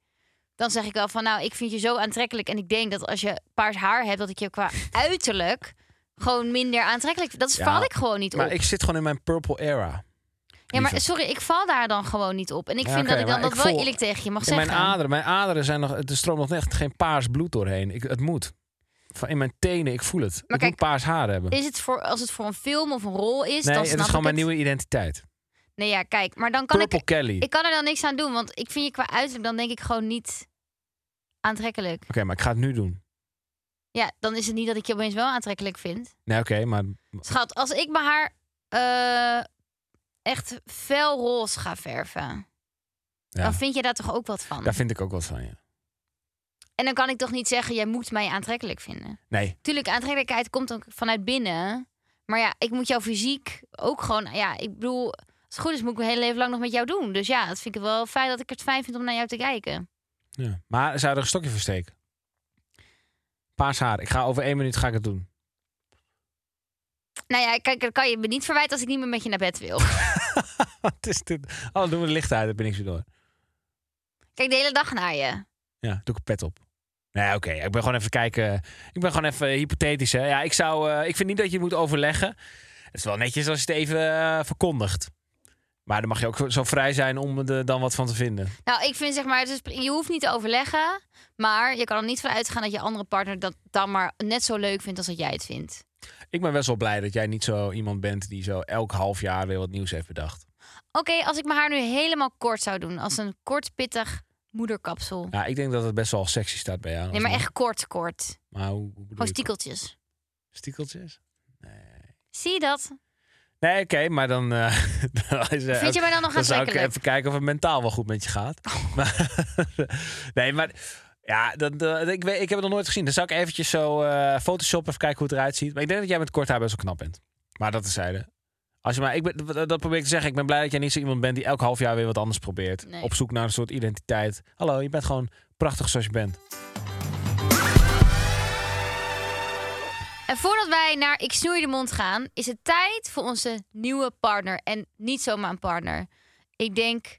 Speaker 3: dan zeg ik wel van, nou, ik vind je zo aantrekkelijk... en ik denk dat als je paars haar hebt... dat ik je qua uiterlijk gewoon minder aantrekkelijk... dat is
Speaker 2: Ja,
Speaker 3: val ik gewoon niet op.
Speaker 2: maar ik zit gewoon in mijn purple era.
Speaker 3: Ja, maar
Speaker 2: Lieve.
Speaker 3: sorry, ik val daar dan gewoon niet op. En ik
Speaker 2: Ja,
Speaker 3: vind
Speaker 2: oké,
Speaker 3: dat ik dan
Speaker 2: maar
Speaker 3: dat
Speaker 2: ik
Speaker 3: wel
Speaker 2: voel-
Speaker 3: eerlijk tegen je mag
Speaker 2: In
Speaker 3: zeggen.
Speaker 2: mijn aderen, mijn aderen zijn nog, er stroomt nog echt geen paars bloed doorheen. Ik, het moet. Van in mijn tenen, ik voel het. ik
Speaker 3: kijk,
Speaker 2: moet paars haar hebben.
Speaker 3: Is het voor, als het voor een film of een rol is,
Speaker 2: nee,
Speaker 3: dan
Speaker 2: het
Speaker 3: snap
Speaker 2: is gewoon
Speaker 3: ik
Speaker 2: mijn
Speaker 3: het.
Speaker 2: nieuwe identiteit.
Speaker 3: Nee, ja, kijk. Maar dan kan
Speaker 2: Purple
Speaker 3: ik...
Speaker 2: Kelly.
Speaker 3: Ik kan er dan niks aan doen, want ik vind je qua uiterlijk dan denk ik gewoon niet aantrekkelijk.
Speaker 2: Oké, maar ik ga het nu doen.
Speaker 3: Ja, dan is het niet dat ik je opeens wel aantrekkelijk vind.
Speaker 2: Nee, oké, maar...
Speaker 3: Schat, als ik mijn haar eh, echt fel roze ga verven,
Speaker 2: Ja,
Speaker 3: dan vind je daar toch ook wat van?
Speaker 2: daar vind ik ook wat van, ja.
Speaker 3: En dan kan ik toch niet zeggen, jij moet mij aantrekkelijk vinden.
Speaker 2: Nee,
Speaker 3: Tuurlijk, aantrekkelijkheid komt ook vanuit binnen. Maar ja, ik moet jouw fysiek ook gewoon... Ja, ik bedoel, als het goed is moet ik mijn hele leven lang nog met jou doen. Dus ja, dat vind ik wel fijn dat ik het fijn vind om naar jou te kijken.
Speaker 2: ja. maar zou je er een stokje voor steken? Paars haar. Ik ga over één minuut ga ik het doen.
Speaker 3: Nou ja, kijk, dan kan je me niet verwijten als ik niet meer met je naar bed wil.
Speaker 2: Wat is dit? Oh, dan doen we de licht uit, dan ben ik zo door.
Speaker 3: Kijk de hele dag naar je.
Speaker 2: Ja, doe ik een pet op. Nee, oké. Ik ben gewoon even kijken. Ik ben gewoon even hypothetisch. Hè. Ja, ik, zou, eh, ik vind niet dat je het moet overleggen. Het is wel netjes als je het even eh, verkondigt. Maar dan mag je ook zo vrij zijn om er dan wat van te vinden.
Speaker 3: Nou, ik vind zeg maar, het is- je hoeft niet te overleggen. Maar je kan er niet van uitgaan dat je andere partner dat dan maar net zo leuk vindt als dat jij het vindt.
Speaker 2: Ik ben best wel blij dat jij niet zo iemand bent die zo elk half jaar weer wat nieuws heeft bedacht.
Speaker 3: Oké, als ik mijn haar nu helemaal kort zou doen. Als een kort, pittig moederkapsel.
Speaker 2: Ja, ik denk dat het best wel sexy staat bij jou.
Speaker 3: Nee, maar echt kort, kort.
Speaker 2: Maar hoe, hoe bedoel je
Speaker 3: Gewoon
Speaker 2: dat?
Speaker 3: stiekeltjes.
Speaker 2: Stiekeltjes?
Speaker 3: Zie je dat?
Speaker 2: Nee, oké, maar dan... eh, dan is, eh,
Speaker 3: Vind je mij dan nog
Speaker 2: Dan zou ik
Speaker 3: aantrekkelijk?
Speaker 2: even kijken of het mentaal wel goed met je gaat.
Speaker 3: Oh.
Speaker 2: Maar, nee, maar ja, dat, dat- ik, weet, ik heb het nog nooit gezien. Dan zou ik eventjes zo eh Photoshop even kijken hoe het eruit ziet. Maar ik denk dat jij met kort haar best wel knap bent. Maar dat terzijde. Als je maar, ik ben, dat- dat probeer ik te zeggen. Ik ben blij dat jij niet zo iemand bent die elk half jaar weer wat anders probeert.
Speaker 3: Nee.
Speaker 2: Op zoek naar een soort identiteit. Hallo, je bent gewoon prachtig zoals je bent.
Speaker 3: En Eh, voordat wij naar Ik snoei de mond gaan, is het tijd voor onze nieuwe partner. En niet zomaar een partner. Ik denk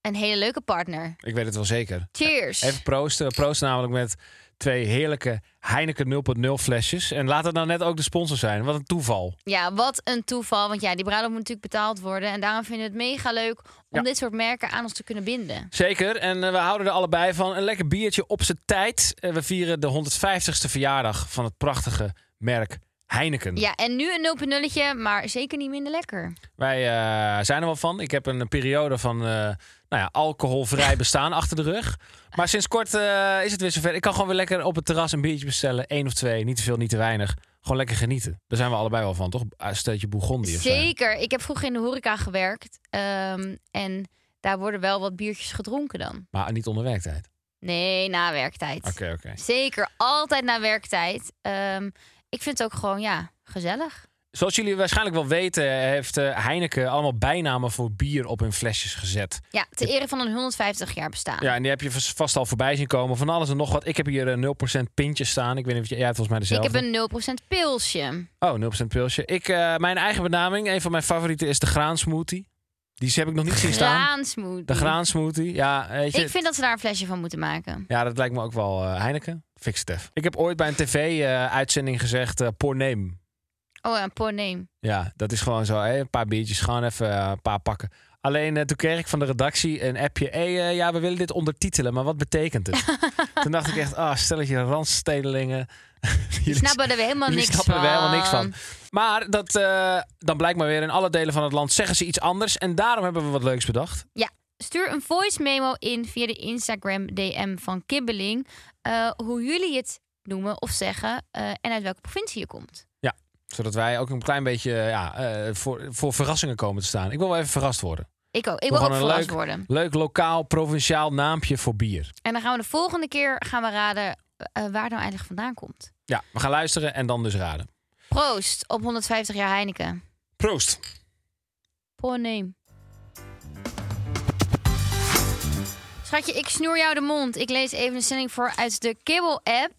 Speaker 3: een hele leuke partner.
Speaker 2: Ik weet het wel zeker.
Speaker 3: Cheers.
Speaker 2: Even proosten. We proosten namelijk met twee heerlijke Heineken 0.0 flesjes. En laat het nou net ook de sponsor zijn. Wat een toeval.
Speaker 3: Ja, wat een toeval. Want ja, die bruiloft moet natuurlijk betaald worden. En daarom vinden we het mega leuk om
Speaker 2: Ja.
Speaker 3: dit soort merken aan ons te kunnen binden.
Speaker 2: Zeker, en eh, we houden er allebei van. Een lekker biertje op zijn tijd. Eh, we vieren de 150ste verjaardag van het prachtige merk Heineken.
Speaker 3: Ja, en nu een 0.0'tje, maar zeker niet minder lekker.
Speaker 2: Wij eh, zijn er wel van. Ik heb een eh, periode van eh, nou ja, alcoholvrij bestaan achter de rug. Maar sinds kort eh, is het weer zover. Ik kan gewoon weer lekker op het terras een biertje bestellen. Eén of twee, niet te veel, niet te weinig. Gewoon lekker genieten. Daar zijn we allebei wel van, toch? Een steentje Bourgondië. of zo.
Speaker 3: Zeker. Ik heb vroeger in de horeca gewerkt. ehm, en daar worden wel wat biertjes gedronken dan.
Speaker 2: Maar niet onder werktijd.
Speaker 3: Nee, na werktijd.
Speaker 2: Oké, oké.
Speaker 3: Zeker, altijd na werktijd. Ehm, ik vind het ook gewoon, ja, gezellig.
Speaker 2: Zoals jullie waarschijnlijk wel weten, heeft eh, Heineken allemaal bijnamen voor bier op hun flesjes gezet.
Speaker 3: Ja, ter ere van een 150 jaar bestaan.
Speaker 2: Ja, en die heb je vast- vast al voorbij zien komen. Van alles en nog wat. Ik heb hier eh, een 0% pintje staan. Ik weet niet of jij- jij hebt volgens mij
Speaker 3: ik
Speaker 2: dezelfde.
Speaker 3: heb een 0% pilsje.
Speaker 2: Oh, 0% pilsje. Ik, eh, mijn eigen benaming, een van mijn favorieten is de graansmoothie. Die heb ik nog niet zien staan.
Speaker 3: Graansmoed.
Speaker 2: De graansmoothie. Ja, weet je,
Speaker 3: Ik vind dat ze daar een flesje van moeten maken.
Speaker 2: ja, dat lijkt me ook wel eh, Heineken. Fix het even. Ik heb ooit bij een tv-uitzending gezegd, eh porneem.
Speaker 3: Oh, een poor name.
Speaker 2: Ja, dat is gewoon zo. Hè? Een paar biertjes, gewoon even eh, een paar pakken. Alleen eh, toen kreeg ik van de redactie een appje. Hé, hey, ja, we willen dit ondertitelen, maar wat betekent het? toen dacht ik echt, ah, stelletje randstedelingen. Jullie
Speaker 3: Snappen er weer helemaal
Speaker 2: Jullie
Speaker 3: niks
Speaker 2: snappen
Speaker 3: van.
Speaker 2: er wel helemaal niks van. Maar dat, eh, dan blijkbaar weer in alle delen van het land zeggen ze iets anders. En daarom hebben we wat leuks bedacht.
Speaker 3: Stuur een voice memo in via de Instagram DM van Kibbeling. eh, hoe jullie het noemen of zeggen eh, en uit welke provincie je komt.
Speaker 2: Zodat wij ook een klein beetje eh, ja, eh, voor, voor verrassingen komen te staan. Ik wil wel even verrast worden.
Speaker 3: Ik ook. Ik
Speaker 2: Doe
Speaker 3: wil ook
Speaker 2: gewoon een
Speaker 3: verrast
Speaker 2: leuk-
Speaker 3: worden.
Speaker 2: Leuk lokaal, provinciaal naampje voor bier.
Speaker 3: En dan gaan we de volgende keer gaan we raden eh, waar het nou eigenlijk vandaan komt.
Speaker 2: Ja, we gaan luisteren en dan dus raden.
Speaker 3: Proost op 150 jaar Heineken.
Speaker 2: Proost!
Speaker 3: Poor name. Schatje, ik snoer jou de mond. Ik lees even een stelling voor uit de Kibbel-app.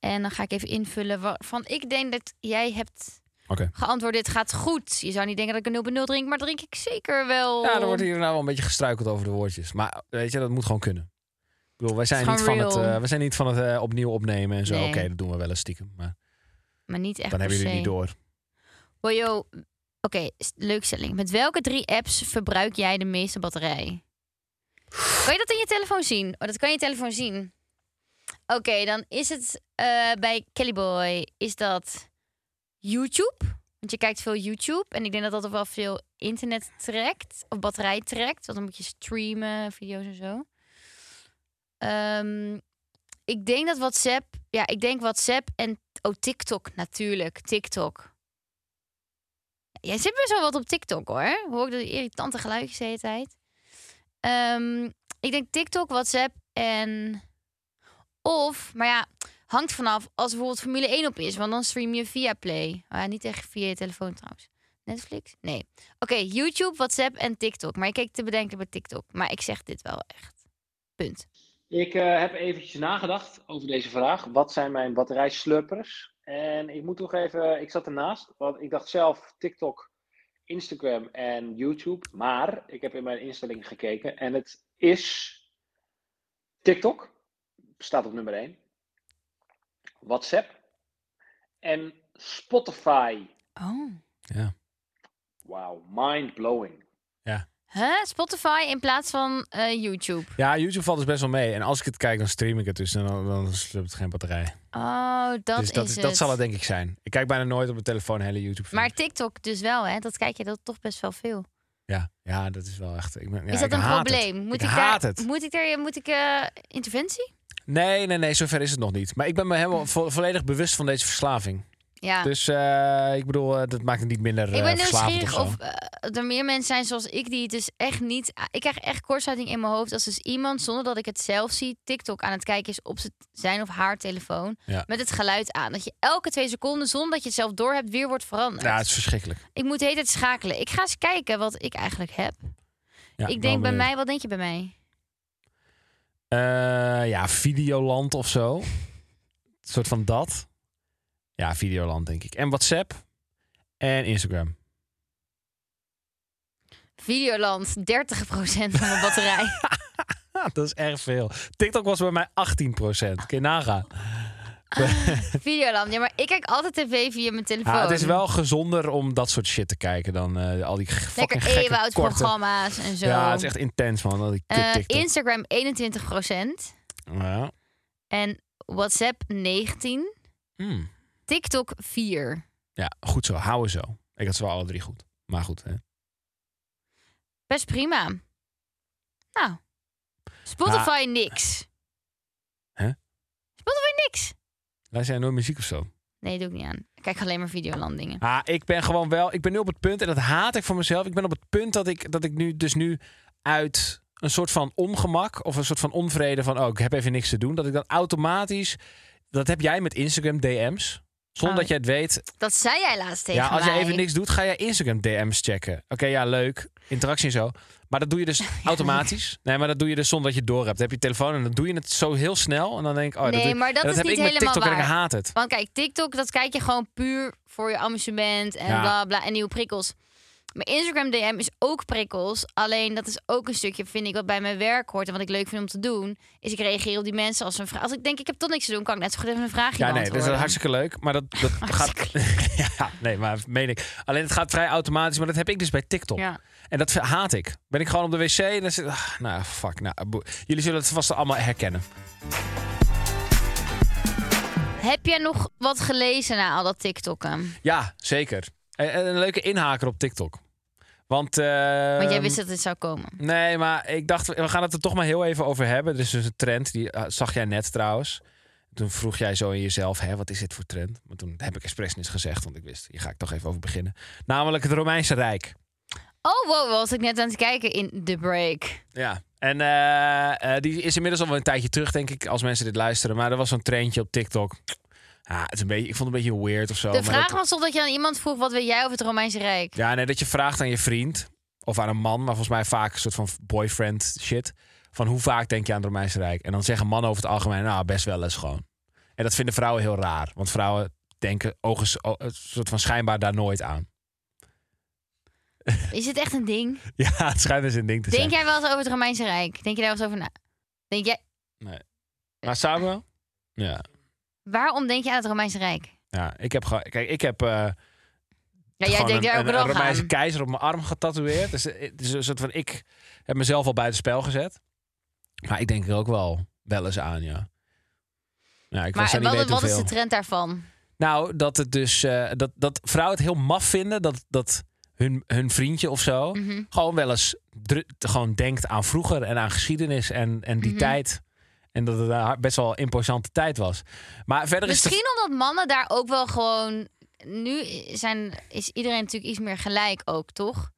Speaker 3: En dan ga ik even invullen waarvan ik denk dat jij hebt
Speaker 2: Oké.
Speaker 3: geantwoord. Dit gaat goed. Je zou niet denken dat ik een 0,0 drink, maar drink ik zeker wel.
Speaker 2: Ja, er wordt hier nou wel een beetje gestruikeld over de woordjes. Maar weet je, dat moet gewoon kunnen. Ik bedoel, wij zijn,
Speaker 3: Het
Speaker 2: niet
Speaker 3: is
Speaker 2: van
Speaker 3: gewoon
Speaker 2: het,
Speaker 3: real.
Speaker 2: eh, wij zijn niet van het eh, opnieuw opnemen en zo.
Speaker 3: Nee.
Speaker 2: Oké, dat doen we wel eens stiekem. Maar
Speaker 3: Maar niet echt
Speaker 2: dan hebben
Speaker 3: per
Speaker 2: jullie
Speaker 3: se.
Speaker 2: niet door.
Speaker 3: Bojo, oké, s- leuk stelling. Met welke drie apps verbruik jij de meeste batterij? Kan je dat in je telefoon zien? Oh, dat kan je telefoon zien. Oké, dan is het eh, bij Kellyboy is dat YouTube. Want je kijkt veel YouTube en ik denk dat dat ook wel veel internet trekt of batterij trekt. Want dan moet je streamen, video's en zo. Ehm, ik denk dat WhatsApp, ja, ik denk WhatsApp en oh TikTok natuurlijk, TikTok. Jij zit best wel wat op TikTok hoor. Hoor ik dat irritante geluidjes de hele tijd. Ehm, ik denk TikTok, WhatsApp en of, maar ja, hangt vanaf als bijvoorbeeld Formule 1 op is, want dan stream je via Play. Ah, niet echt via je telefoon trouwens. Netflix? Nee. Oké, YouTube, WhatsApp en TikTok. Maar ik keek te bedenken bij TikTok. Maar ik zeg dit wel echt. Punt.
Speaker 7: Ik eh, heb eventjes nagedacht over deze vraag. Wat zijn mijn batterijslurpers? En ik moet toegeven, ik zat ernaast. Want ik dacht zelf TikTok, Instagram en YouTube. Maar ik heb in mijn instellingen gekeken. En het is TikTok. Staat op nummer 1. WhatsApp. En Spotify.
Speaker 3: Oh.
Speaker 7: Wauw, mind blowing.
Speaker 3: Huh? Spotify in plaats van eh, YouTube.
Speaker 2: Ja, YouTube valt dus best wel mee. En als ik het kijk, dan stream ik het dus. En dan, dan sluipt het geen batterij.
Speaker 3: Oh, dat
Speaker 2: dus dat,
Speaker 3: is
Speaker 2: is-
Speaker 3: het.
Speaker 2: dat zal het denk ik zijn. Ik kijk bijna nooit op mijn telefoon hele YouTube
Speaker 3: Maar TikTok dus wel, hè? Dat kijk je dat toch best wel veel.
Speaker 2: Ja, ja, dat is wel echt... Ik ben, ja,
Speaker 3: is dat
Speaker 2: ik
Speaker 3: een
Speaker 2: haat het.
Speaker 3: probleem? Moet
Speaker 2: ik,
Speaker 3: ik,
Speaker 2: haat
Speaker 3: daar,
Speaker 2: het.
Speaker 3: Moet ik daar, moet ik eh, interventie?
Speaker 2: Nee, nee, nee, zover is het nog niet. Maar ik ben me helemaal vo- volledig bewust van deze verslaving.
Speaker 3: Ja.
Speaker 2: Dus eh, ik bedoel, eh, dat maakt het niet minder
Speaker 3: ik
Speaker 2: eh,
Speaker 3: ben
Speaker 2: verslavend of
Speaker 3: nieuwsgierig
Speaker 2: zo.
Speaker 3: of eh, er meer mensen zijn zoals ik die het dus echt niet. Ik krijg echt kortsluiting in mijn hoofd als dus iemand zonder dat ik het zelf zie TikTok aan het kijken is op z'n- zijn of haar telefoon
Speaker 2: Ja.
Speaker 3: met het geluid aan. Dat je elke twee seconden zonder dat je het zelf door hebt weer wordt veranderd.
Speaker 2: Ja, het is verschrikkelijk.
Speaker 3: Ik moet de hele tijd schakelen. Ik ga eens kijken wat ik eigenlijk heb.
Speaker 2: Ja,
Speaker 3: ik
Speaker 2: ben
Speaker 3: denk bij
Speaker 2: benieuwd.
Speaker 3: mij, wat denk je bij mij?
Speaker 2: Eh, ja, Videoland of zo. Een soort van dat. Ja, Videoland denk ik. En WhatsApp. En Instagram.
Speaker 3: Videoland, 30% van mijn batterij.
Speaker 2: Ha, dat is erg veel. TikTok was bij mij 18 procent. Kun je nagaan.
Speaker 3: Videoland, ja, maar ik kijk altijd tv via mijn telefoon.
Speaker 2: Ja, Ah, het is wel gezonder om dat soort shit te kijken dan eh, al die fucking
Speaker 3: Lekker
Speaker 2: gekke korte...
Speaker 3: eeuwoud-programma's en zo.
Speaker 2: Ja, het is echt intens, man. Al die kut
Speaker 3: Eh,
Speaker 2: TikTok.
Speaker 3: Instagram 21%.
Speaker 2: Ja.
Speaker 3: En WhatsApp 19.
Speaker 2: Hmm.
Speaker 3: TikTok 4.
Speaker 2: Ja, goed zo. Houden zo. Ik had ze wel alle drie goed. Maar goed, hè.
Speaker 3: Best prima. Nou. Spotify niks.
Speaker 2: Nou. Hè?
Speaker 3: Spotify niks.
Speaker 2: Luister jij nooit muziek of zo?
Speaker 3: Nee, doe ik niet aan. Ik kijk alleen maar Videoland dingen.
Speaker 2: Ah, ik ben gewoon wel... Ik ben nu op het punt, en dat haat ik van mezelf. Ik ben op het punt dat ik, dat ik nu dus nu uit een soort van ongemak... of een soort van onvrede van... oh, ik heb even niks te doen. Dat ik dan automatisch... Dat heb jij met Instagram DM's. Zonder
Speaker 3: Oh.
Speaker 2: dat jij het weet,
Speaker 3: Dat zei jij laatst tegen
Speaker 2: ja, als
Speaker 3: mij.
Speaker 2: je even niks doet, ga jij Instagram DM's checken. Oké, ja, leuk. Interactie en zo. Maar dat doe je dus automatisch. Nee, maar dat doe je dus zonder dat je het door hebt. Dan heb je telefoon en dan doe je het zo heel snel. En dan denk ik, oh,
Speaker 3: Nee,
Speaker 2: dat, doe-
Speaker 3: maar dat
Speaker 2: en
Speaker 3: is
Speaker 2: heb
Speaker 3: niet
Speaker 2: ik met
Speaker 3: helemaal
Speaker 2: TikTok en ik
Speaker 3: waar.
Speaker 2: haat het.
Speaker 3: Want kijk, TikTok, dat kijk je gewoon puur voor je amusement en
Speaker 2: Ja.
Speaker 3: bla bla en nieuwe prikkels. Mijn Instagram DM is ook prikkels. Alleen dat is ook een stukje, vind ik, wat bij mijn werk hoort en wat ik leuk vind om te doen. Is ik reageer op die mensen als ze een vraag. Als ik denk, ik heb toch niks te doen, kan ik net zo goed even een
Speaker 2: Ja,
Speaker 3: vraagje
Speaker 2: nee, dat is
Speaker 3: beantwoorden.
Speaker 2: hartstikke leuk. Maar dat, dat gaat. ja, nee, maar meen ik. Alleen het gaat vrij automatisch. Maar dat heb ik dus bij TikTok.
Speaker 3: Ja.
Speaker 2: En dat haat ik. Ben ik gewoon op de wc en dan zit. ah, nou, fuck. Nou, boe. Jullie zullen het vast allemaal herkennen.
Speaker 3: Heb jij nog wat gelezen na al dat TikTokken?
Speaker 2: Ja, zeker. En, en een leuke inhaker op TikTok. Want, eh,
Speaker 3: Want jij wist dat dit zou komen.
Speaker 2: Nee, maar ik dacht, we gaan het er toch maar heel even over hebben. Er is dus een trend, die eh, zag jij net trouwens. Toen vroeg jij zo in jezelf, hè, wat is dit voor trend? Maar toen heb ik expres niets gezegd, want ik wist, hier ga ik toch even over beginnen. Namelijk het Romeinse Rijk.
Speaker 3: Oh, wow, was ik net aan het kijken in The
Speaker 2: Oh,
Speaker 3: Break.
Speaker 2: Ja. En eh, eh, die is inmiddels al wel een tijdje terug, denk ik, als mensen dit luisteren. Maar er was zo'n trendje op TikTok. Ah, het is een beetje, ik vond het een beetje weird of zo.
Speaker 3: de
Speaker 2: maar
Speaker 3: vraag
Speaker 2: dat-
Speaker 3: was toch dat je aan iemand vroeg, wat weet jij over het Romeinse Rijk?
Speaker 2: Ja, nee, dat je vraagt aan je vriend of aan een man, maar volgens mij vaak een soort van boyfriend shit. Van hoe vaak denk je aan het Romeinse Rijk? En dan zeggen mannen over het algemeen, nou, best wel eens gewoon. En dat vinden vrouwen heel raar, want vrouwen denken ogen, o- een soort van schijnbaar daar nooit aan.
Speaker 3: Is dit echt een ding?
Speaker 2: Ja, het schijnt dus een ding te
Speaker 3: Denk
Speaker 2: zijn.
Speaker 3: jij wel eens over het Romeinse Rijk? Denk je daar wel eens over na? Denk jij,
Speaker 2: Maar Samuel? Ja.
Speaker 3: waarom denk je aan het Romeinse Rijk?
Speaker 2: ja, ik heb gewoon, kijk, ik heb eh,
Speaker 3: Ja, jij
Speaker 2: gewoon
Speaker 3: denkt
Speaker 2: een,
Speaker 3: daar ook
Speaker 2: een-
Speaker 3: wel
Speaker 2: een Romeinse
Speaker 3: aan.
Speaker 2: keizer op mijn arm getatoeëerd. Dus eh, het is een soort van, ik heb mezelf al buiten spel gezet. Maar ik denk er ook wel wel eens aan, ja. Ja, ik was
Speaker 3: Maar
Speaker 2: daar
Speaker 3: en
Speaker 2: niet
Speaker 3: wat,
Speaker 2: weten
Speaker 3: wat is de
Speaker 2: hoeveel.
Speaker 3: trend daarvan?
Speaker 2: Nou, dat, het dus, eh, dat, dat vrouwen het heel maf vinden dat, dat hun, hun vriendje of zo
Speaker 3: Mhm.
Speaker 2: gewoon wel eens dru- gewoon denkt aan vroeger en aan geschiedenis en, en die
Speaker 3: Mhm.
Speaker 2: tijd. En dat het daar best wel een imposante tijd was. Maar verder is het.
Speaker 3: Misschien omdat mannen daar ook wel gewoon. Nu zijn, is iedereen natuurlijk iets meer gelijk ook, toch?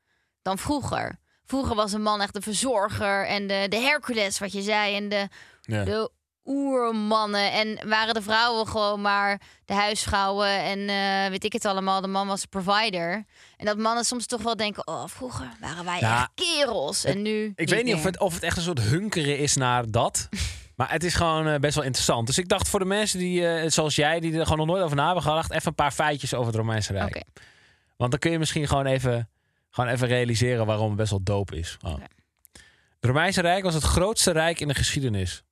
Speaker 3: Dan vroeger. Vroeger was een man echt de verzorger en de, de Hercules, wat je zei. En de,
Speaker 2: Ja.
Speaker 3: de oermannen. En waren de vrouwen gewoon maar de huisvrouwen en eh, weet ik het allemaal. De man was de provider. En dat mannen soms toch wel denken... Oh, vroeger waren wij
Speaker 2: Ja,
Speaker 3: echt kerels. En nu
Speaker 2: Ik weet niet of
Speaker 3: meer.
Speaker 2: het, of het echt een soort hunkeren is naar dat. Maar het is gewoon eh, best wel interessant. Dus ik dacht voor de mensen die, eh, zoals jij, die er gewoon nog nooit over na hebben gedacht, even een paar feitjes over het Romeinse Rijk.
Speaker 3: Oké.
Speaker 2: Want dan kun je misschien gewoon even, gewoon even realiseren waarom het best wel dope is. Gewoon.
Speaker 3: Oké.
Speaker 2: Het Romeinse Rijk was het grootste rijk in de geschiedenis.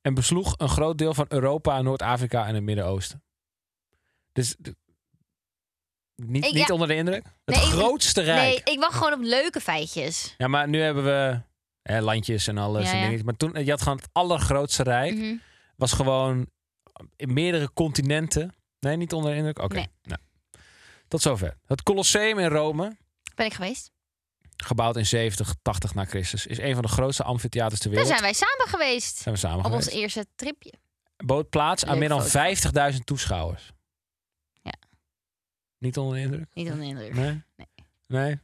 Speaker 2: En besloeg een groot deel van Europa, Noord-Afrika en het Midden-Oosten. Dus d- niet,
Speaker 3: Ik-
Speaker 2: niet
Speaker 3: ja.
Speaker 2: onder de indruk? Het
Speaker 3: Nee, ik-
Speaker 2: grootste rijk.
Speaker 3: Nee, ik wacht gewoon op leuke feitjes.
Speaker 2: Ja, maar nu hebben we hè, landjes en alles
Speaker 3: Ja,
Speaker 2: en
Speaker 3: ja.
Speaker 2: dingetjes. Maar toen, je had gewoon het allergrootste rijk.
Speaker 3: Mhm.
Speaker 2: Was gewoon in meerdere continenten. Nee, niet onder de indruk? Oké.
Speaker 3: Nee.
Speaker 2: Nou. Tot zover. Het Colosseum in Rome,
Speaker 3: Ben ik geweest?
Speaker 2: gebouwd in 70, 80 na Christus, is een van de grootste amfitheaters ter
Speaker 3: Daar
Speaker 2: wereld.
Speaker 3: zijn wij samen geweest.
Speaker 2: Zijn we samen
Speaker 3: Op ons
Speaker 2: geweest.
Speaker 3: eerste tripje.
Speaker 2: Bood plaats aan
Speaker 3: Leuk
Speaker 2: meer dan
Speaker 3: foto.
Speaker 2: 50.000 toeschouwers.
Speaker 3: Ja.
Speaker 2: Niet onder de indruk?
Speaker 3: Niet aan de indruk.
Speaker 2: Nee?
Speaker 3: Nee.
Speaker 2: Nee?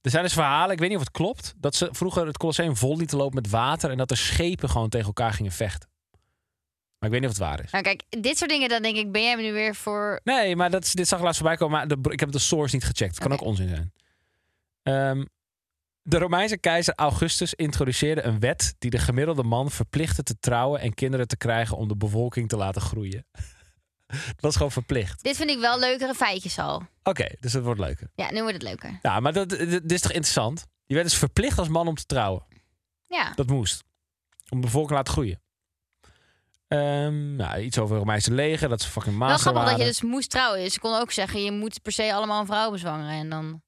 Speaker 2: Er zijn dus verhalen, ik weet niet of het klopt, dat ze vroeger het Colosseum vol lieten lopen met water en dat er schepen gewoon tegen elkaar gingen vechten. Maar ik weet niet of het waar is.
Speaker 3: Nou kijk, dit soort dingen, dan denk ik, ben jij nu weer voor...
Speaker 2: Nee, maar dat, is- dit zag ik laatst voorbij komen, maar de, bro- ik heb de source niet gecheckt. Het kan
Speaker 3: Oké.
Speaker 2: ook onzin zijn. Ehm, de Romeinse keizer Augustus introduceerde een wet die de gemiddelde man verplichtte te trouwen en kinderen te krijgen om de bevolking te laten groeien. dat was gewoon verplicht.
Speaker 3: Dit vind ik wel leukere feitjes al.
Speaker 2: Oké, dus dat wordt leuker.
Speaker 3: Ja, nu wordt het leuker.
Speaker 2: Ja, maar dat, dit dit is toch interessant? Je werd dus verplicht als man om te trouwen.
Speaker 3: Ja.
Speaker 2: Dat moest. Om de bevolking te laten groeien. Ehm, nou, iets over het Romeinse leger, dat ze fucking
Speaker 3: Wel
Speaker 2: mazen
Speaker 3: grappig
Speaker 2: waren.
Speaker 3: dat je dus moest trouwen. Ze kon ook zeggen, je moet per se allemaal een vrouw bezwangeren. En dan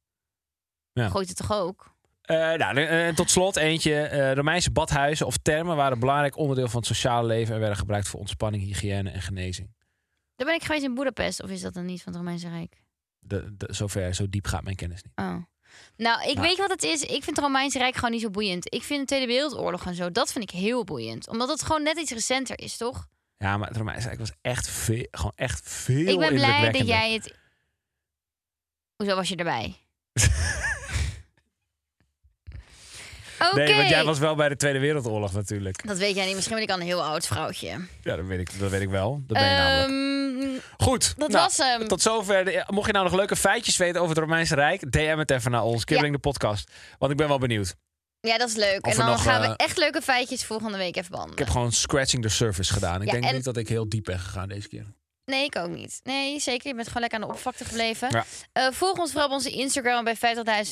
Speaker 2: Ja.
Speaker 3: gooit het toch ook?
Speaker 2: Eh, nou, eh, eh, tot slot eentje. Eh, Romeinse badhuizen of termen waren een belangrijk onderdeel van het sociale leven... en werden gebruikt voor ontspanning, hygiëne en genezing.
Speaker 3: Daar ben ik geweest in Boedapest. Of is dat dan niet van het Romeinse Rijk?
Speaker 2: De, de, zover, zo diep gaat mijn kennis niet.
Speaker 3: Oh. Nou, ik
Speaker 2: Ja.
Speaker 3: weet je wat het is. Ik vind het Romeinse Rijk gewoon niet zo boeiend. Ik vind de Tweede Wereldoorlog en zo, dat vind ik heel boeiend. Omdat het gewoon net iets recenter is, toch?
Speaker 2: Ja, maar het Romeinse Rijk was echt veel, gewoon echt veel
Speaker 3: ik ben blij dat
Speaker 2: indrukwekkender.
Speaker 3: jij het... Hoezo was je erbij? Oké.
Speaker 2: Nee, want jij was wel bij de Tweede Wereldoorlog natuurlijk.
Speaker 3: Dat weet jij niet. Misschien ben ik al een heel oud vrouwtje.
Speaker 2: Ja, dat weet ik, dat weet ik wel. Dat ben je namelijk.
Speaker 3: Ehm,
Speaker 2: Goed.
Speaker 3: dat
Speaker 2: nou,
Speaker 3: was hem.
Speaker 2: Tot zover. De- Mocht je nou nog leuke feitjes weten over het Romeinse Rijk, DM het even naar ons. Kibbeling de podcast. Want ik ben wel benieuwd.
Speaker 3: Ja, dat is leuk.
Speaker 2: Of
Speaker 3: En
Speaker 2: er
Speaker 3: dan
Speaker 2: nog,
Speaker 3: gaan
Speaker 2: eh,
Speaker 3: we echt leuke feitjes volgende week even
Speaker 2: Ik
Speaker 3: behandelen.
Speaker 2: heb gewoon scratching the surface gedaan. Ik
Speaker 3: Ja,
Speaker 2: denk
Speaker 3: en-
Speaker 2: niet dat ik heel diep ben gegaan deze keer.
Speaker 3: Nee, ik ook niet. Nee, zeker. Je bent gewoon lekker aan de oppervlakte gebleven.
Speaker 2: Ja.
Speaker 3: Eh, volg ons vooral op onze Instagram. Bij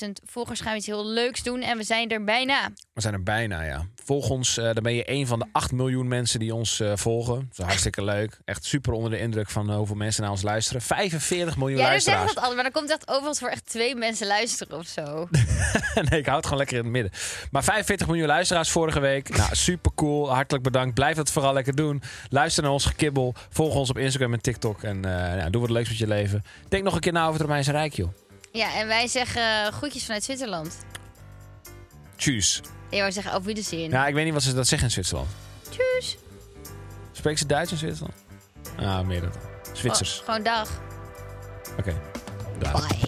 Speaker 3: 50.000 volgers gaan we iets heel leuks doen. En we zijn er bijna.
Speaker 2: We zijn er bijna, ja. Volg ons. eh, dan ben je een van de 8 miljoen mensen die ons eh, volgen. Dat is hartstikke leuk. Echt super onder de indruk van eh, hoeveel mensen naar ons luisteren. 45 miljoen
Speaker 3: Jij zegt
Speaker 2: luisteraars.
Speaker 3: dat altijd, maar dan komt echt overigens voor echt twee mensen luisteren of zo.
Speaker 2: nee, ik houd het gewoon lekker in het midden. Maar 45 miljoen luisteraars vorige week. Nou, super cool. Hartelijk bedankt. Blijf dat vooral lekker doen. Luister naar ons gekibbel. Volg ons op Instagram en TikTok. En eh, ja, doe wat leuks met je leven. Denk nog een keer na over het Romeinse Rijk, joh.
Speaker 3: Ja, en wij zeggen eh, groetjes vanuit Zwitserland.
Speaker 2: Tjus.
Speaker 3: En jij zeggen op Wiedersehen.
Speaker 2: Nou, ik weet niet wat ze dat zeggen in Zwitserland.
Speaker 3: Tjus.
Speaker 2: Spreken ze Duits in Zwitserland? Ah, meer dan. Zwitsers.
Speaker 3: Oh, gewoon dag.
Speaker 2: Oké. Dag.
Speaker 3: Bye.